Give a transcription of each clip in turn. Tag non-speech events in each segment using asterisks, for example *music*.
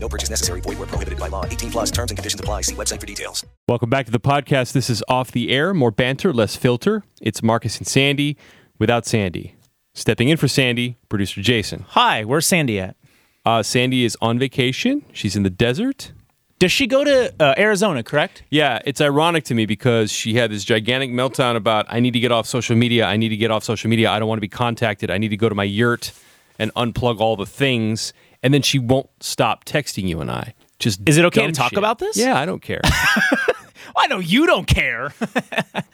No purchase necessary. Void where prohibited by law. 18 plus terms and conditions apply. See website for details. Welcome back to the podcast. This is Off the Air, more banter, less filter. It's Marcus and Sandy without Sandy. Stepping in for Sandy, producer Jason. Hi, where's Sandy at? Uh, Sandy is on vacation. She's in the desert. Does she go to uh, Arizona, correct? Yeah, it's ironic to me because she had this gigantic meltdown about I need to get off social media. I need to get off social media. I don't want to be contacted. I need to go to my yurt and unplug all the things. And then she won't stop texting you and I. Just Is it okay to dumb talk shit. about this? Yeah, I don't care. Well, I know you *laughs* don't care.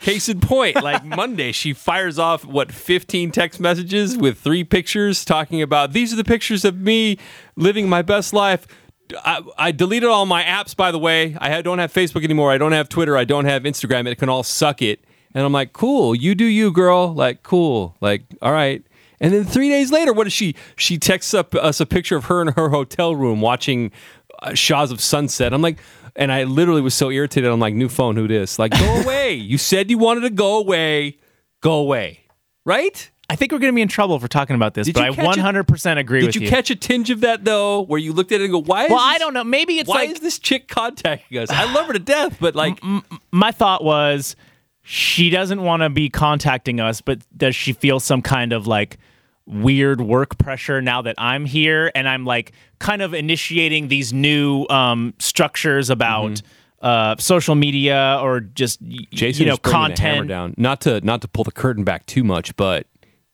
Case in point, like Monday, she fires off what 15 text messages with three pictures talking about these are the pictures of me living my best life. I, I deleted all my apps, by the way. I ha- don't have Facebook anymore. I don't have Twitter. I don't have Instagram. It can all suck it. And I'm like, cool. You do you, girl. Like, cool. Like, all right. And then three days later, what does she? She texts up us a picture of her in her hotel room watching uh, Shaws of Sunset. I'm like, and I literally was so irritated. I'm like, new phone, who this? Like, *laughs* go away. you said you wanted to go away. Go away. Right? I think we're going to be in trouble for talking about this, Did but you I catch it? 100% agree Did with you, you. catch a tinge of that though, where you looked at it and go, why? Is well, this, I don't know. Maybe it's Why like is this chick contacting us? I love her to death, but like, my thought was she doesn't want to be contacting us, but does she feel some kind of like weird work pressure now that I'm here and I'm like kind of initiating these new um, structures about uh, social media or just y- Mm-hmm. Jason you know is bringing the hammer content. down. Not to not to pull the curtain back too much, but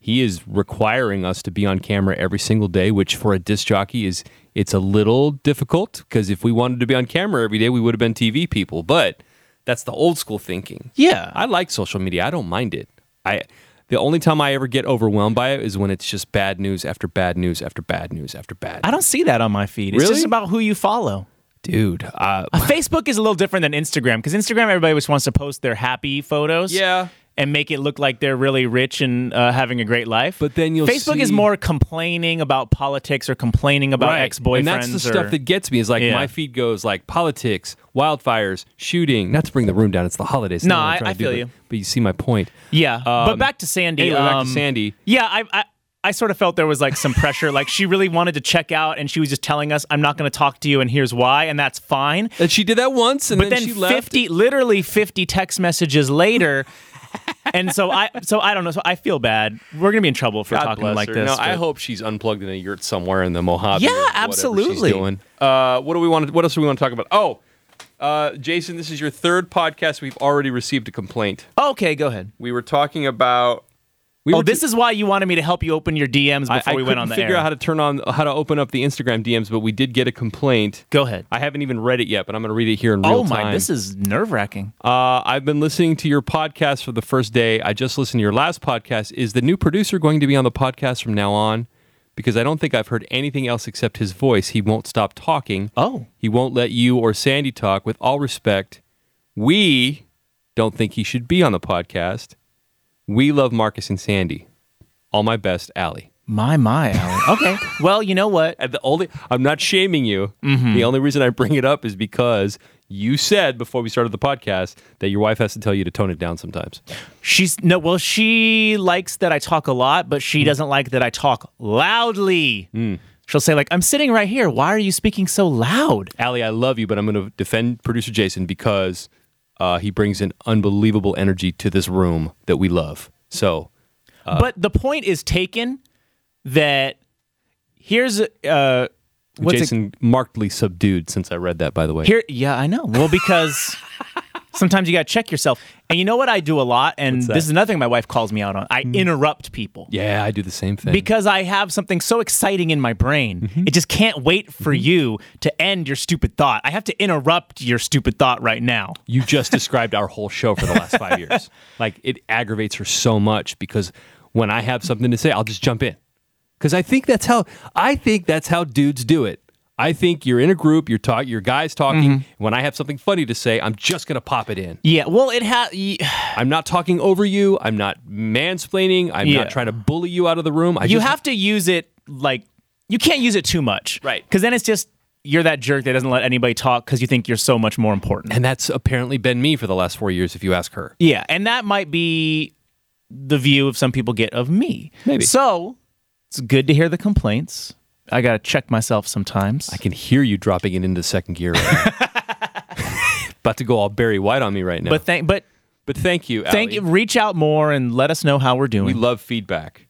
he is requiring us to be on camera every single day, which for a disc jockey is it's a little difficult because if we wanted to be on camera every day, we would have been TV people. But that's the old school thinking. Yeah. I like social media. I don't mind it. I the only time I ever get overwhelmed by it is when it's just bad news after bad news after bad news after bad. I don't see that on my feed. It's Really? just about who you *laughs* follow. dude. Uh, Facebook is a little different than Instagram because Instagram everybody just wants to post their happy photos. Yeah. And make it look like they're really rich and uh, having a great life. But then you'll Facebook is see- more complaining about politics or complaining about Right. ex boyfriends. And that's the stuff that gets me is like Yeah. my feed goes like politics, wildfires, shooting. Not to bring the room down, it's the holidays. No, Not what I'm I- trying I to do, feel but- you. But you see my point. Yeah. Um, but back to Sandy. anyway, back to um, Sandy. Yeah, I, I I sort of felt there was like some pressure. like she really wanted to check out, and she was just telling us, "I'm not going to talk to you, and here's why," and that's fine. And she did that once, and but then, then, she left. 50 literally 50 text messages later *laughs* and so i so i don't know so i feel bad we're gonna be in trouble for God talking bless like her. this No, I but- hope she's unplugged in a yurt somewhere in the Mojave. Yeah, or whatever she's absolutely. doing. Uh, what do we want? To, what else do we want to talk about? Oh, uh, Jason, this is your third podcast. We've already received a complaint. okay go ahead We were talking about. We oh were this is why you wanted me to help you open your dms before I, I we went couldn't on the figure air out how to turn on how to open up the Instagram DMs, but we did get a complaint. go ahead I haven't even read it yet, but I'm going to read it here in real oh my time. this is nerve-wracking uh, I've been listening to your podcast for the first day. I just listened to your last podcast. Is the new producer going to be on the podcast from now on? Because I don't think I've heard anything else except his voice. He won't stop talking. Oh. He won't let you or Sandy talk. With all respect, we don't think he should be on the podcast. We love Marcus and Sandy. All my best, Allie. my my Allie. *laughs* okay well you know what And the only I'm not shaming you. Mm-hmm. The only reason I bring it up is because you said before we started the podcast that your wife has to tell you to tone it down sometimes. she's no well she likes that i talk a lot but Hmm. she doesn't like that i talk loudly she'll say like i'm sitting right here why are you speaking so loud Allie, I love you, but I'm going to defend producer Jason because uh, he brings an unbelievable energy to this room that we love. So Uh, but the point is taken that here's uh what's it- Jason markedly subdued since I read that. By the way, here yeah i know *laughs* well because sometimes you got to check yourself and you know what i do a lot and that? Hmm. this is another thing my wife calls me out on i interrupt people yeah, I do the same thing. because i have something so exciting in my brain Mm-hmm. it just can't wait for you to end your stupid thought i have to interrupt your stupid thought right now You just described our whole show for the last *laughs* five years. Like it aggravates her so much because when I have something to say, I'll just jump in. Because I think that's how I think that's how dudes do it. I think you're in a group, you're talk, your guys talking. Mm-hmm. When I have something funny to say, I'm just gonna pop it in. Yeah. Well, it has. I'm not talking over you. I'm not mansplaining. I'm Yeah. not trying to bully you out of the room. I you just, have to use it like you can't use it too much Right. because then it's just you're that jerk that doesn't let anybody talk because you think you're so much more important and that's apparently been me for the last four years. If you ask her, yeah and that might be the view of some people get of me Maybe. so it's good to hear the complaints i gotta check myself sometimes I can hear you dropping it into second gear. Right *laughs* now. *laughs* About to go all Barry White on me right now. but But, thank but thank you. thank Allie. you reach out more and let us know how we're We doing love feedback.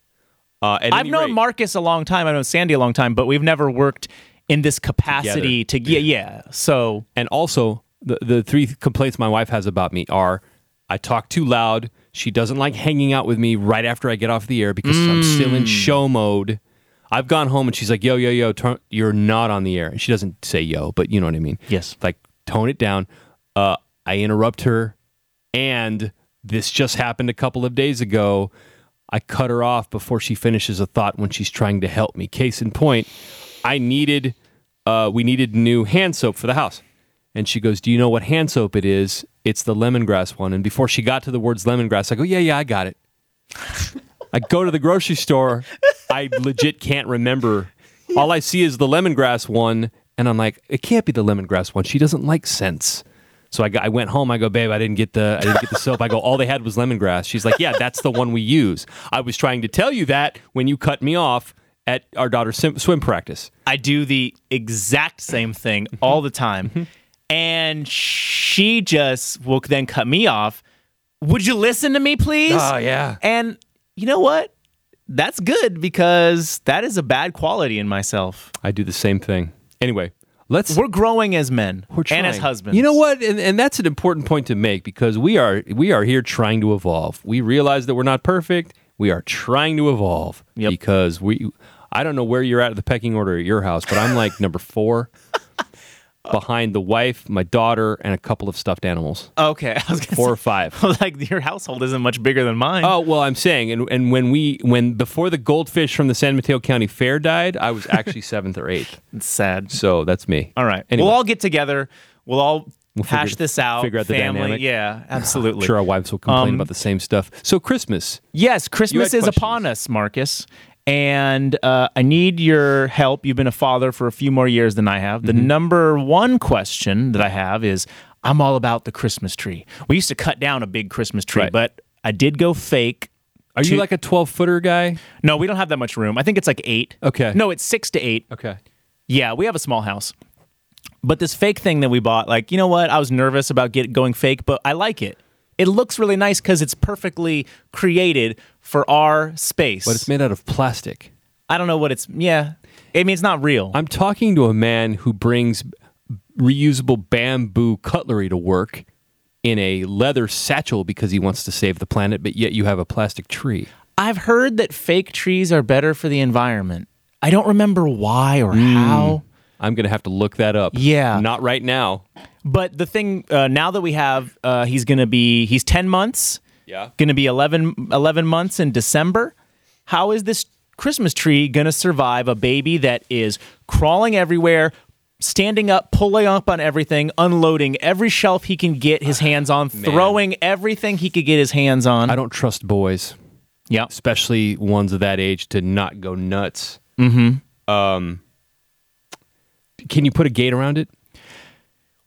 Uh, at i've any known rate- marcus a long time i've known sandy a long time but we've never worked in this capacity to yeah, yeah so and also the the three complaints my wife has about me are I talk too loud. She doesn't like hanging out with me right after I get off the air because I'm still Mm. in show mode. I've gone home and she's like, "Yo, yo, yo, turn, you're not on the air." And she doesn't say "yo," but you know what I mean. Yes. Like tone it down. Uh, I interrupt her, and this just happened a couple of days ago. I cut her off before she finishes a thought when she's trying to help me. Case in point, I needed, uh, we needed new hand soap for the house. And she goes, Do you know what hand soap it is? It's the lemongrass one. And before she got to the words lemongrass, I go, Yeah, yeah, I got it. I go to the grocery store. I legit can't remember. All I see is the lemongrass one. And I'm like, It can't be the lemongrass one. She doesn't like scents. So I, go- I went home. I go, babe, I didn't get the I didn't get the soap. I go, all they had was lemongrass. She's like, yeah, that's the one we use. I was trying to tell you that when you cut me off at our daughter's sim- swim practice. I do the exact same thing Mm-hmm. all the time. And she just will then cut me off. Would you listen to me, please? Ah, yeah. and you know what? That's good because that is a bad quality in myself. I do the same thing. Anyway, let's We're growing as men We're and as trying. husbands. You know what? And, and that's an important point to make because we are we are here trying to evolve. We realize that we're not perfect. We are trying to evolve Yep. because we. I don't know where you're at in the pecking order at your house, but I'm like number *laughs* four, behind the wife, my daughter, and a couple of stuffed animals. Okay, *laughs* I was gonna Four or five. say, *laughs* like your household isn't much bigger than mine. Oh well, I'm saying, and, and when we when before the goldfish from the San Mateo County Fair died, I was actually seventh or eighth. it's sad. So that's me. All right, Anyway, we'll all get together. We'll all figure- hash this out. figure out the Family, dynamic. *laughs* yeah, absolutely. sure our wives will complain Um, about the same stuff. So Christmas, Yes, Christmas is questions. upon us, Marcus. And uh, I need your help. You've been a father for a few more years than I have. Mm-hmm. The number one question that I have is I'm all about the Christmas tree. We used to cut down a big Christmas tree, Right. but I did go fake. are Two- you like a twelve footer guy? No, we don't have that much room. I think it's like eight. Okay. No, it's six to eight. Okay. Yeah, we have a small house. But this fake thing that we bought, like, you know what? I was nervous about get, going fake, but I like it. It looks really nice because it's perfectly created for our space. But it's made out of plastic. I don't know what it's. Yeah, I mean it's not real. I'm talking to a man who brings reusable bamboo cutlery to work in a leather satchel because he wants to save the planet, but yet you have a plastic tree. I've heard that fake trees are better for the environment. I don't remember why or how, I'm going to have to look that up. Yeah. Not right now. but the thing uh, now that we have, uh, he's gonna be he's ten months. Yeah. gonna be 11, 11 months in December. How is this Christmas tree gonna survive a baby that is crawling everywhere? Standing up, pulling up on everything, unloading every shelf he can get his hands on, throwing everything he could get his hands on. I don't trust boys, yep. especially ones of that age, to not go nuts. Mm hmm. Mm-hmm. Um, can you put a gate around it?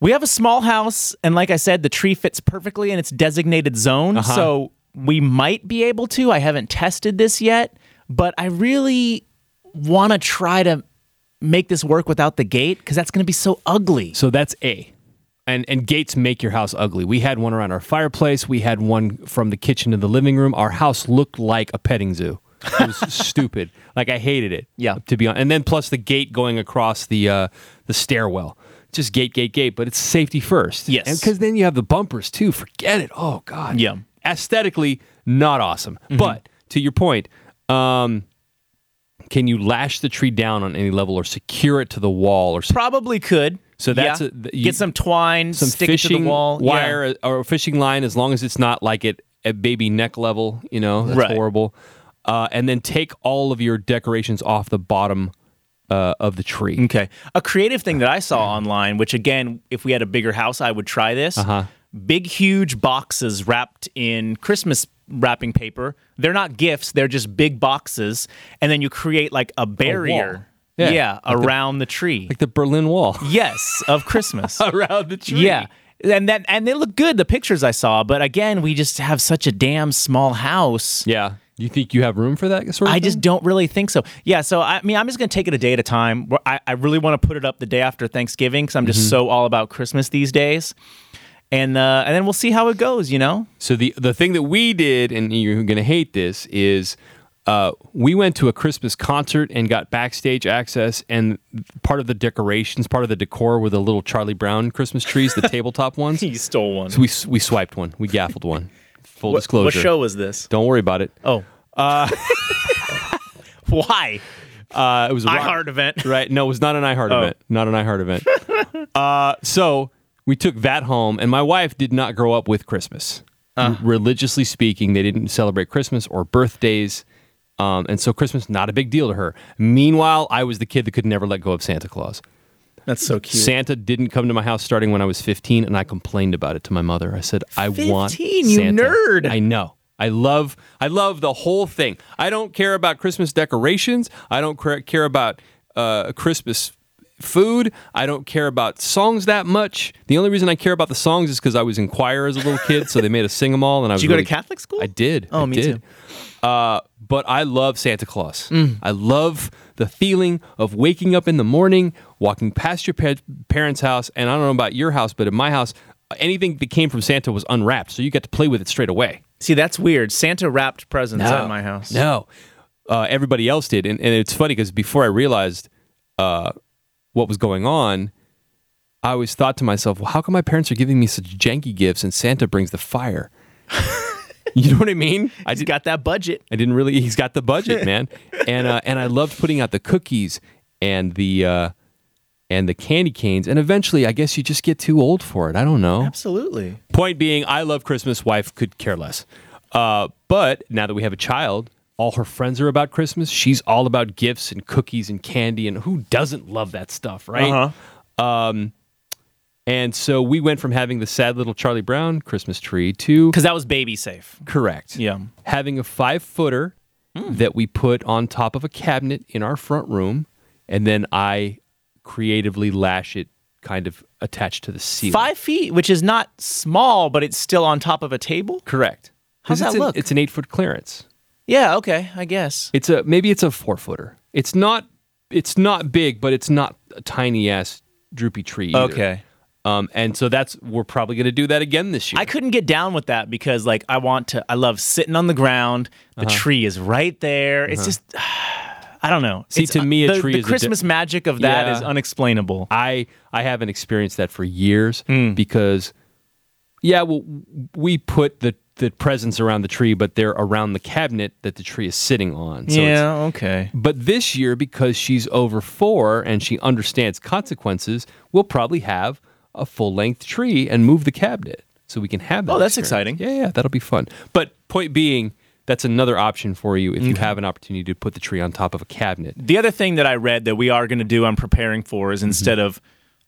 We have a small house, and like I said, the tree fits perfectly in its designated zone. Uh-huh. So we might be able to. I haven't tested this yet, but I really want to try to make this work without the gate because that's going to be so ugly. So that's A. And and gates make your house ugly. We had one around our fireplace. We had one from the kitchen to the living room. Our house looked like a petting zoo. It was stupid. Like I hated it. Yeah. To be honest. And then plus the gate going across the uh, the stairwell. Just gate, gate, gate. But it's safety first. Yes. Because then you have the bumpers too. Forget it. Oh God. Yeah. Aesthetically, not awesome. But to your point, um, can you lash the tree down on any level or secure it to the wall or Probably could. So that's a- th- you- get some twine, some stick it to fishing the wall, Yeah. wire uh, or a fishing line as long as it's not like at, at baby neck level you know that's Right. horrible uh, and then take all of your decorations off the bottom uh, of the tree. Okay. A creative thing that I saw online, which again, if we had a bigger house, I would try this. Uh-huh. Big, huge boxes wrapped in Christmas wrapping paper. They're not gifts, they're just big boxes. And then you create like a barrier. Yeah. yeah. Like the- around the, tree. Like the Berlin Wall yes, *laughs* of Christmas. *laughs* around the tree. yeah. And that and they look good, the pictures I saw, but again, we just have such a damn small house. Yeah. You think you have room for that sort of I thing? *laughs* just don't really think so. Yeah, so I mean, I'm just gonna take it a day at a time. Where I, I really want to put it up the day after Thanksgiving because I'm just so all about Christmas these days, and uh, and then we'll see how it goes. You *laughs* know, So the the thing that we did, and you're going to hate this, is uh, we went to a Christmas concert and got backstage access, and part of the decorations, part of the decor, were the little Charlie Brown Christmas trees, *laughs* the tabletop ones. So stole one. we s- we swiped one, we gaffled one. Full what, disclosure. what show was this? Don't worry about it. *laughs* Oh, why Uh, it was a rock- iHeart *laughs* event? Right? No, it was not an iHeart Oh. event. Not an iHeart event. *laughs* uh, so we took that home, and my wife did not grow up with Christmas. Uh. Religiously speaking, they didn't celebrate Christmas or birthdays. Um, and so Christmas not a big deal to her. Meanwhile, I was the kid that could never let go of Santa Claus. That's so cute. Santa didn't come to my house starting when I was 15, and I complained about it to my mother. I said, "I want 15, you Santa." nerd. I know. I love. I love the whole thing. I don't care about Christmas decorations. I don't cra- care about uh, Christmas food. I don't care about songs that much. The only reason I care about the songs is because I was in choir as a little kid, so they made us sing them all. And I was Did you go really- to Catholic school? I did. Oh, I me did. too. Mm. Uh, but I love Santa Claus. I love the feeling of waking up in the morning, walking past your pa- parents' house, and I don't know about your house, but in my house, anything that came from Santa was unwrapped, so you got to play with it straight away. See, that's weird. Santa wrapped presents at my house. No, uh, everybody else did, and, and it's funny because before I realized uh, what was going on, I always thought to myself, "Well, how come my parents are giving me such janky gifts, and Santa brings the fire?" *laughs* you know what I mean? I I just got that budget. I didn't really. *laughs* He's got the budget, man, and uh, and I loved putting out the cookies and the uh, and the candy canes. And eventually, I guess you just get too old for it. I don't know. Absolutely. Point being, I love Christmas. Wife could care less. Uh, but now that we have a child, all her friends are about Christmas. She's all about gifts and cookies and candy, and who doesn't love that stuff, right? Uh-huh. And so we went from having the sad little Charlie Brown Christmas tree to Because that was baby safe. Correct. Yeah. Having a five footer Hmm. that we put on top of a cabinet in our front room, and then I creatively lash it kind of attached to the ceiling. Five feet, which is not small, but it's still on top of a table. Correct. 'Cause How's that it's an- look? it's an eight foot clearance. Yeah. Okay. I guess. It's a maybe it's a four footer. It's not it's not big, but it's not a tiny ass droopy tree. either. Okay. Um, and so that's we're probably gonna do that again this year. I couldn't get down with that because like I want to I love sitting on the ground. The Uh-huh. tree is right there. It's just *sighs* I don't know. See, It's- to me, a the, tree the is a di- Christmas magic of that is Yeah. unexplainable. I I haven't experienced that for years Hmm. because yeah, well we put the the presents around the tree, but they're around the cabinet that the tree is sitting on. So it's- okay. but this year, because she's over four and she understands consequences, we'll probably have a full length tree and move the cabinet so we can have that. Oh, that's experience. exciting. Yeah, yeah, that'll be fun. But point being, that's another option for you if you have an opportunity to put the tree on top of a cabinet. The other thing that I read that we are going to do I'm preparing for Mm-hmm. is instead of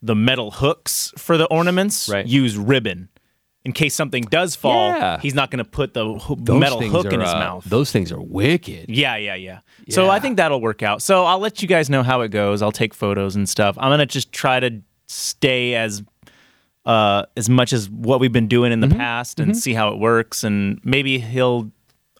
the metal hooks for the ornaments, Right. use ribbon. In case something does fall, Yeah. he's not going to put the ho- Those metal things hook are, in his uh, mouth. Those things are wicked. Yeah, yeah, yeah. So Yeah. I think that'll work out. So I'll let you guys know how it goes. I'll take photos and stuff. I'm gonna just try to stay as uh as much as what we've been doing in Mm-hmm. the past and see how it works and maybe he'll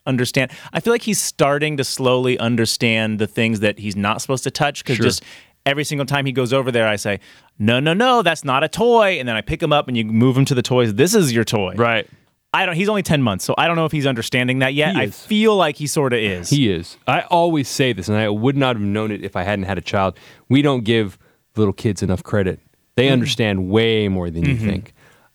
understand. I feel like he's starting to slowly understand the things that he's not supposed to touch because Sure. just every single time he goes over there I say, No, no, no, that's not a toy and then I pick him up and you move him to the toys. This is your toy. Right. I don't he's only ten months, so I don't know if he's understanding that yet. He I is. feel like he sorta is. He is. I always say this, and I would not have known it if I hadn't had a child. We don't give little kids enough credit. Mm-hmm. They understand way more than you think.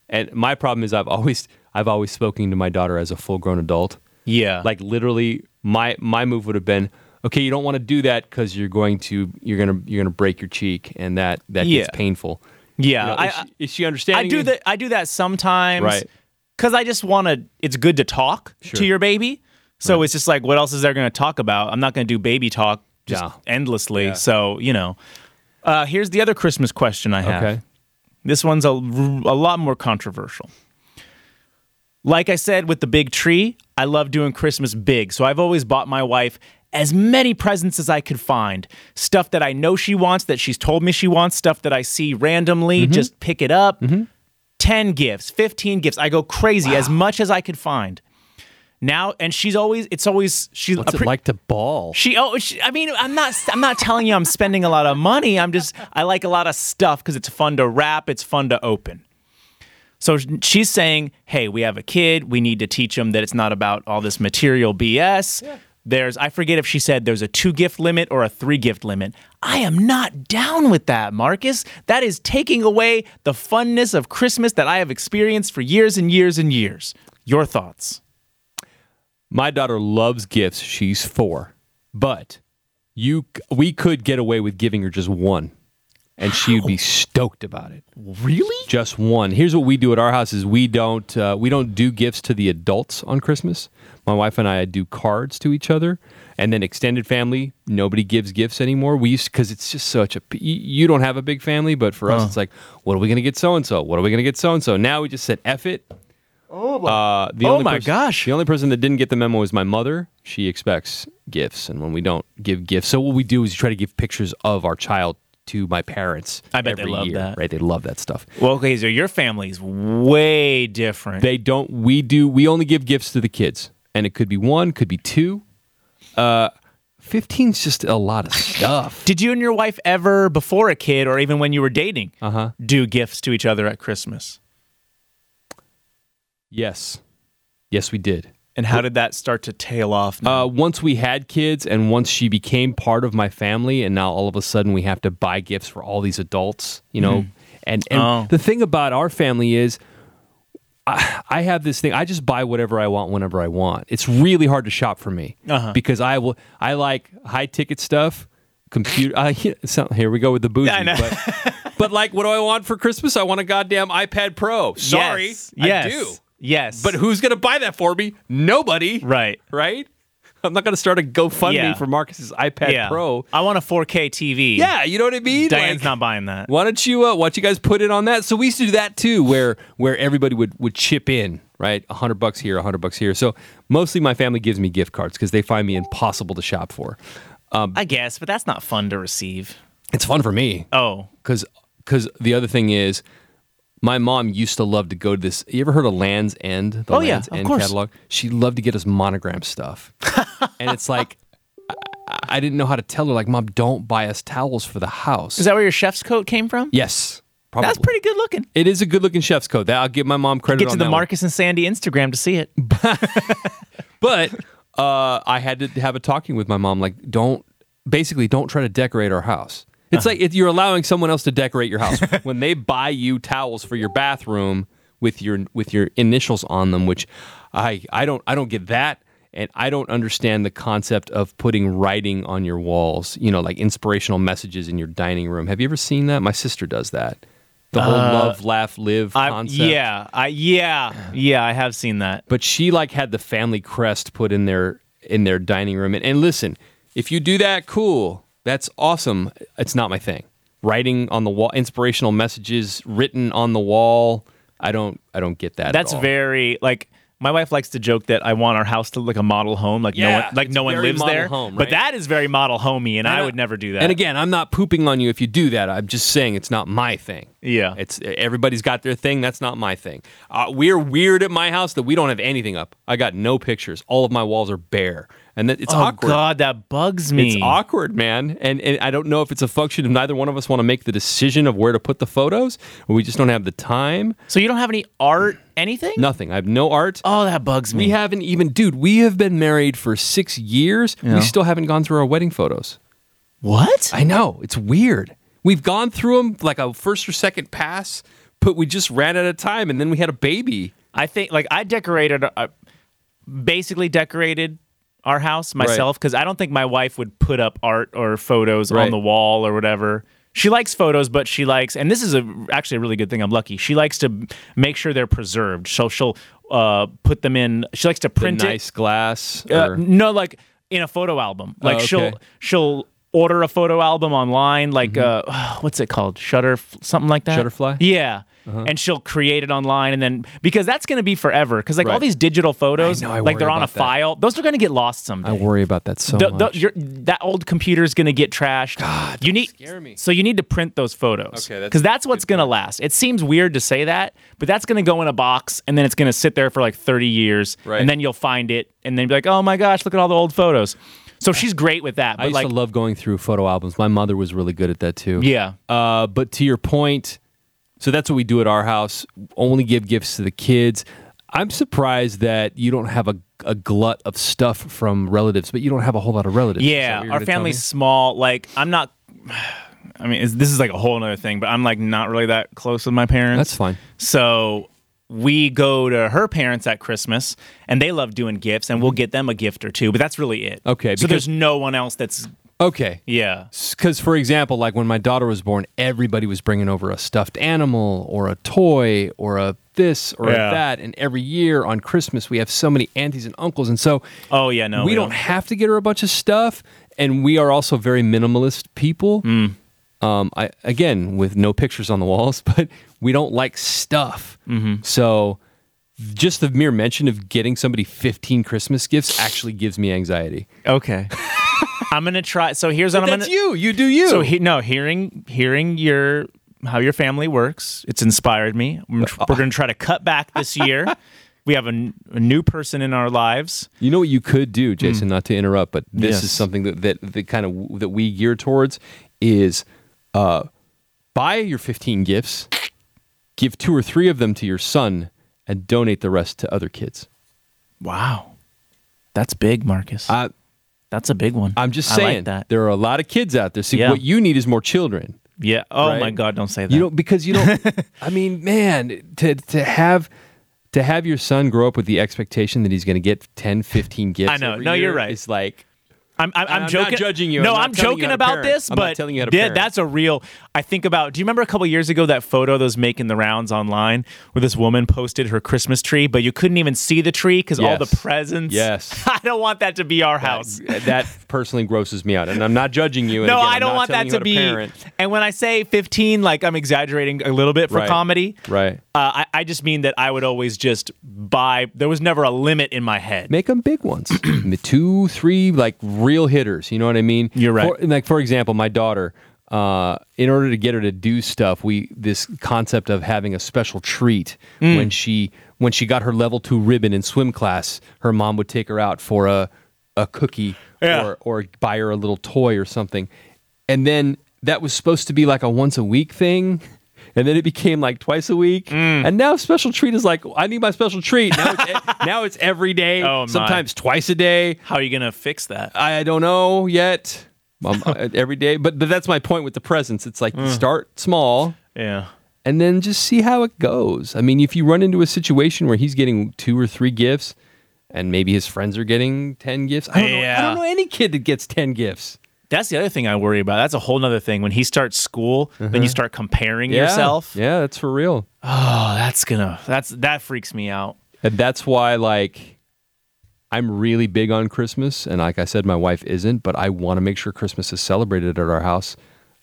And my problem is, I've always, I've always spoken to my daughter as a full-grown adult. Yeah. Like literally, my my move would have been, okay, you don't want to do that because you're going to, you're gonna, you're gonna break your cheek, and that that Yeah. gets painful. Yeah, You know, I- is, I- she, is she understanding? I do you? that. I do that sometimes, Right. Because I just want to. It's good to talk Sure. to your baby, so it's just like, what else is there going to talk about? I'm not going to do baby talk just Yeah. endlessly. Yeah. So, you know. Uh, here's the other Christmas question I have. Okay. This one's a, a lot more controversial. Like I said with the big tree, I love doing Christmas big. So I've always bought my wife as many presents as I could find. Stuff that I know she wants, that she's told me she wants, stuff that I see randomly, Mm-hmm. just pick it up. 10 gifts, 15 gifts. I go crazy as much as I could find. Now, and she's always, it's always, she's What's a it pre- like to ball? she oh she, I mean I'm not I'm not telling you I'm spending a lot of money. I'm just I like a lot of stuff cuz it's fun to wrap, it's fun to open. So sh- she's saying, "Hey, we have a kid. We need to teach him that it's not about all this material BS." There's I forget if she said there's a 2 gift limit or a 3 gift limit. I am not down with that, Marcus. That is taking away the funness of Christmas that I have experienced for years and years and years. Your thoughts? My daughter loves gifts. She's four, but you c- we could get away with giving her just one, and she would be stoked about it. Really? Just one. Here's what we do at our house: is we don't uh, we don't do gifts to the adults on Christmas. My wife and I do cards to each other, and then extended family. Nobody gives gifts anymore. We used because it's just such a p- y- you don't have a big family, but for us it's like, what are we gonna get so and so? What are we gonna get so and so? Now we just said f it. Uh, the Oh only my person- gosh. The only person that didn't get the memo is my mother. She expects gifts, and when we don't give gifts, so what we do is try to give pictures of our child to my parents. I bet they every love year, that. Right? They love that stuff. Well, okay, so your family's way different. They don't. We do. We only give gifts to the kids, and it could be one, could be two. Uh, 15's just a lot of *laughs* stuff. Did you and your wife ever, before a kid or even when you were dating, uh-huh. do gifts to each other at Christmas? yes, yes, we did. And how did that start to tail off? now? Uh, once we had kids and once she became part of my family, and now all of a sudden we have to buy gifts for all these adults, you know? And, and Oh. the thing about our family is, I, I have this thing. I just buy whatever I want whenever I want. It's really hard to shop for me Uh-huh. because I will. I like high ticket stuff. Computer. *laughs* I, so, here we go with the bougie. I know. But, *laughs* but like, what do I want for Christmas? I want a goddamn iPad Pro. Sorry, yes, I yes, do. Yes. But who's gonna buy that for me? Nobody Right. right? I'm not going to start a GoFundMe Yeah. for Marcus's iPad Yeah. Pro. I want a 4K TV. Yeah, you know what I mean. Diane's Like, not buying that. Why don't you? Uh, why don't you guys put it on that? So we used to do that too, where where everybody would would chip in, right? A hundred bucks here, a hundred bucks here. So mostly my family gives me gift cards because they find me impossible to shop for. I guess, but that's not fun to receive. It's fun for me Oh. because because the other thing is. My mom used to love to go to this. You ever heard of Land's End? The Oh, yeah, Land's of End course. catalog. She loved to get us monogram *laughs* stuff, and it's like I, I didn't know how to tell her. Like, mom, don't buy us towels for the house. Is that where your chef's coat came from? yes, probably. That's pretty good looking. It is a good-looking chef's coat. That I'll give my mom credit. Get to on the that one. Marcus and Sandy Instagram to see it. but uh, I had to have a talking with my mom. Like, don't basically don't try to decorate our house. It's Uh-huh. like if you're allowing someone else to decorate your house *laughs* when they buy you towels for your bathroom with your with your initials on them, which I I don't I don't get that. And I don't understand the concept of putting writing on your walls, you know, like inspirational messages in your dining room. Have you ever seen that? My sister does that. The whole love, laugh, live Uh, I- concept. yeah. I, yeah. Yeah. I have seen that. but she like had the family crest put in their in their dining room and, and listen if you do that cool that's awesome it's not my thing writing on the wall inspirational messages written on the wall i don't i don't get that at That's all. very like my wife likes to joke that I want our house to look like a model home, like no Yeah, one, like it's no one very lives model there. home, But right? that is very model homey, and, I And would never do that. and again i'm not pooping on you if you do that i'm just saying it's not my thing Yeah. it's everybody's got their thing that's not my thing uh, we're weird at my house that we don't have anything up i got no pictures all of my walls are bare and that it's oh awkward god, that bugs me. It's awkward, man. And, and I don't know if it's a function of neither one of us want to make the decision of where to put the photos, or we just don't have the time. So you don't have any art, anything? Nothing. I have no art. Oh, that bugs me. we haven't even, dude, we have been married for six years. We still haven't gone through our wedding photos. what? I know. It's weird. We've gone through them like a first or second pass, but we just ran out of time and then we had a baby. I think like I decorated, uh, basically decorated our house myself because I don't think my wife would put up art or photos on Right. the wall or whatever. She likes photos, but she likes, and this is a, actually a really good thing. I'm lucky. She likes to make sure they're preserved. So she'll uh, put them in. She likes to The print it. nice glass. Uh, or- no, like in a photo album. Like Oh, she'll okay. she'll order a photo album online, like uh, *sighs* what's it called, Shutter, something like that. Mm-hmm. Shutterfly? Uh-huh. Yeah. And she'll create it online, and then because that's going to be forever. Because like all Right. these digital photos, I know, I like they're worry on a about that. file, those are going to get lost someday. I worry about that so The- the- much. your- that old computer's gonna get trashed. you need scare me. so you need to print those photos. Okay, that's because that's what's gonna last. It seems weird to say that, but that's gonna go in a box and then it's gonna sit there for like 30 years, Right. and then you'll find it and then be like, oh my gosh, look at all the old photos. So she's great with that, I but used like, to love going through photo albums. My mother was really good at that too. yeah, Uh, but to your point, so that's what we do at our house. Only give gifts to the kids. I'm surprised that you don't have a, a glut of stuff from relatives, but you don't have a whole lot of relatives. Is that yeah. what you're Our gonna tell family's small. Like I'm not. *sighs* I mean, it's, this is like a whole other thing, but I'm like not really that close with my me? parents. That's fine. So we go to her parents at Christmas, and they love doing gifts, and we'll get them a gift or two. But that's really it. Mm-hmm. Okay, So because- there's no one else that's Okay. yeah. Because, for example, like when my daughter was born, everybody was bringing over a stuffed animal or a toy or a this or Yeah. a that. And every year on Christmas, we have so many aunties and uncles. And so Oh yeah, no. we don't have to get her a bunch of stuff. And we are also very minimalist people. Mm. Um, I Again, with no pictures on the walls, *laughs* but we don't like stuff. Mm-hmm. So just the mere mention of getting somebody 15 Christmas gifts actually gives me anxiety. Okay. *laughs* I'm gonna try. So here's what I'm gonna. you. You do you. So he, no, hearing hearing your how your family works, it's inspired me. We're, we're gonna try to cut back *laughs* this year. we have a, n- a new person in our lives. You know what you could do, Jason, not to interrupt, but this Hmm. Yes. is something that that the kind of that we gear towards is uh, buy your 15 gifts, give two or three of them to your son, and donate the rest to other kids. Wow, that's big, Marcus. I, that's a big one. I'm just I like saying that. there are a lot of kids out there. See, Yeah. what you need is more children. Yeah. Oh Right? my God, don't say that. You don't because you *laughs* don't. I mean, man, to to have to have your son grow up with the expectation that he's going to get 10, 15 gifts. I know. every No, you're year right. is like I'm, I'm, I'm I'm not joking. judging you. No, I'm not I'm, telling you joking how to about parent. this, I'm but not telling you how to that- parent. that's a real. I think about. Do you remember a couple years ago that photo that was making the rounds online where this woman posted her Christmas tree, but you couldn't even see the tree because all the Yes. presents. Yes. *laughs* I don't want that to be our house. *laughs* that personally grosses me out, and I'm not judging you. And no, again, I'm I don't not want that telling you to how be. parent. And when I say 15, like I'm exaggerating a little bit for Right. comedy. Right. Uh, I, I just mean that I would always just buy. There was never a limit in my head. Make them big ones, *clears throat* M- two, three, like real hitters. You know what I mean? You're right. For, like for example, my daughter. Uh, in order to get her to do stuff, we this concept of having a special treat Mm. when she when she got her level two ribbon in swim class, her mom would take her out for a a cookie Yeah. or or buy her a little toy or something, and then that was supposed to be like a once a week thing. And then it became like twice a week, Mm. and now special treat is like I need my special treat. Now *laughs* it's, e, now it's every day, Oh, my. sometimes twice a day. How are you gonna fix that? I don't know yet. *laughs* Um, uh, every day, but, but that's my point with the presents. It's Mm. like you start small Yeah. and then just see how it goes. I mean, if you run into a situation where he's getting two or three gifts, and maybe his friends are getting ten gifts, I don't, know, I Yeah. don't know any kid that gets ten gifts. That's the other thing I worry about. That's a whole nother thing. When he starts school, then you start comparing Mm-hmm. Yeah. yourself. Yeah, that's for real. Oh, that's gonna that's that freaks me out. And that's why, like, I'm really big on Christmas. And like I said, my wife isn't, but I want to make sure Christmas is celebrated at our house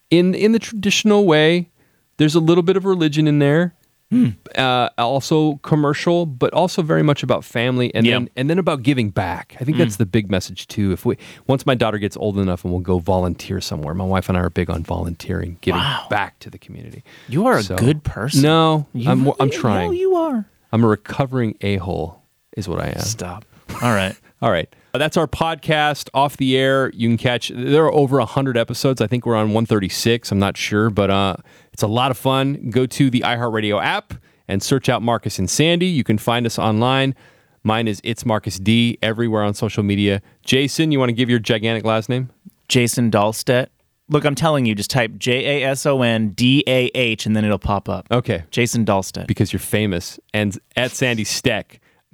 in in the traditional way. There's a little bit of religion in there, Hmm. uh, also commercial, but also very much about family, and Yeah. Hmm. then and then about giving back. I think that's the big message too. If we once my daughter gets old enough, and we'll go volunteer somewhere. My wife and I are big on volunteering, giving Wow. back to the community. You are a So- good person. No, I'm I'm No, trying. you are. I'm a recovering a hole, is what I am. Stop. All right. All right. Uh, That's our podcast off the air. You can catch, there are over 100 episodes. I think we're on 136. I'm not sure, but uh, it's a lot of fun. Go to the iHeartRadio app and search out Marcus and Sandy. You can find us online. Mine is It's Marcus D everywhere on social media. Jason, you want to give your gigantic last name? Jason Dahlstedt. Look, I'm telling you, just type J A S O N D A H and then it'll pop up. Okay. Jason Dahlstedt. Because you're famous. And at Sandy Steck.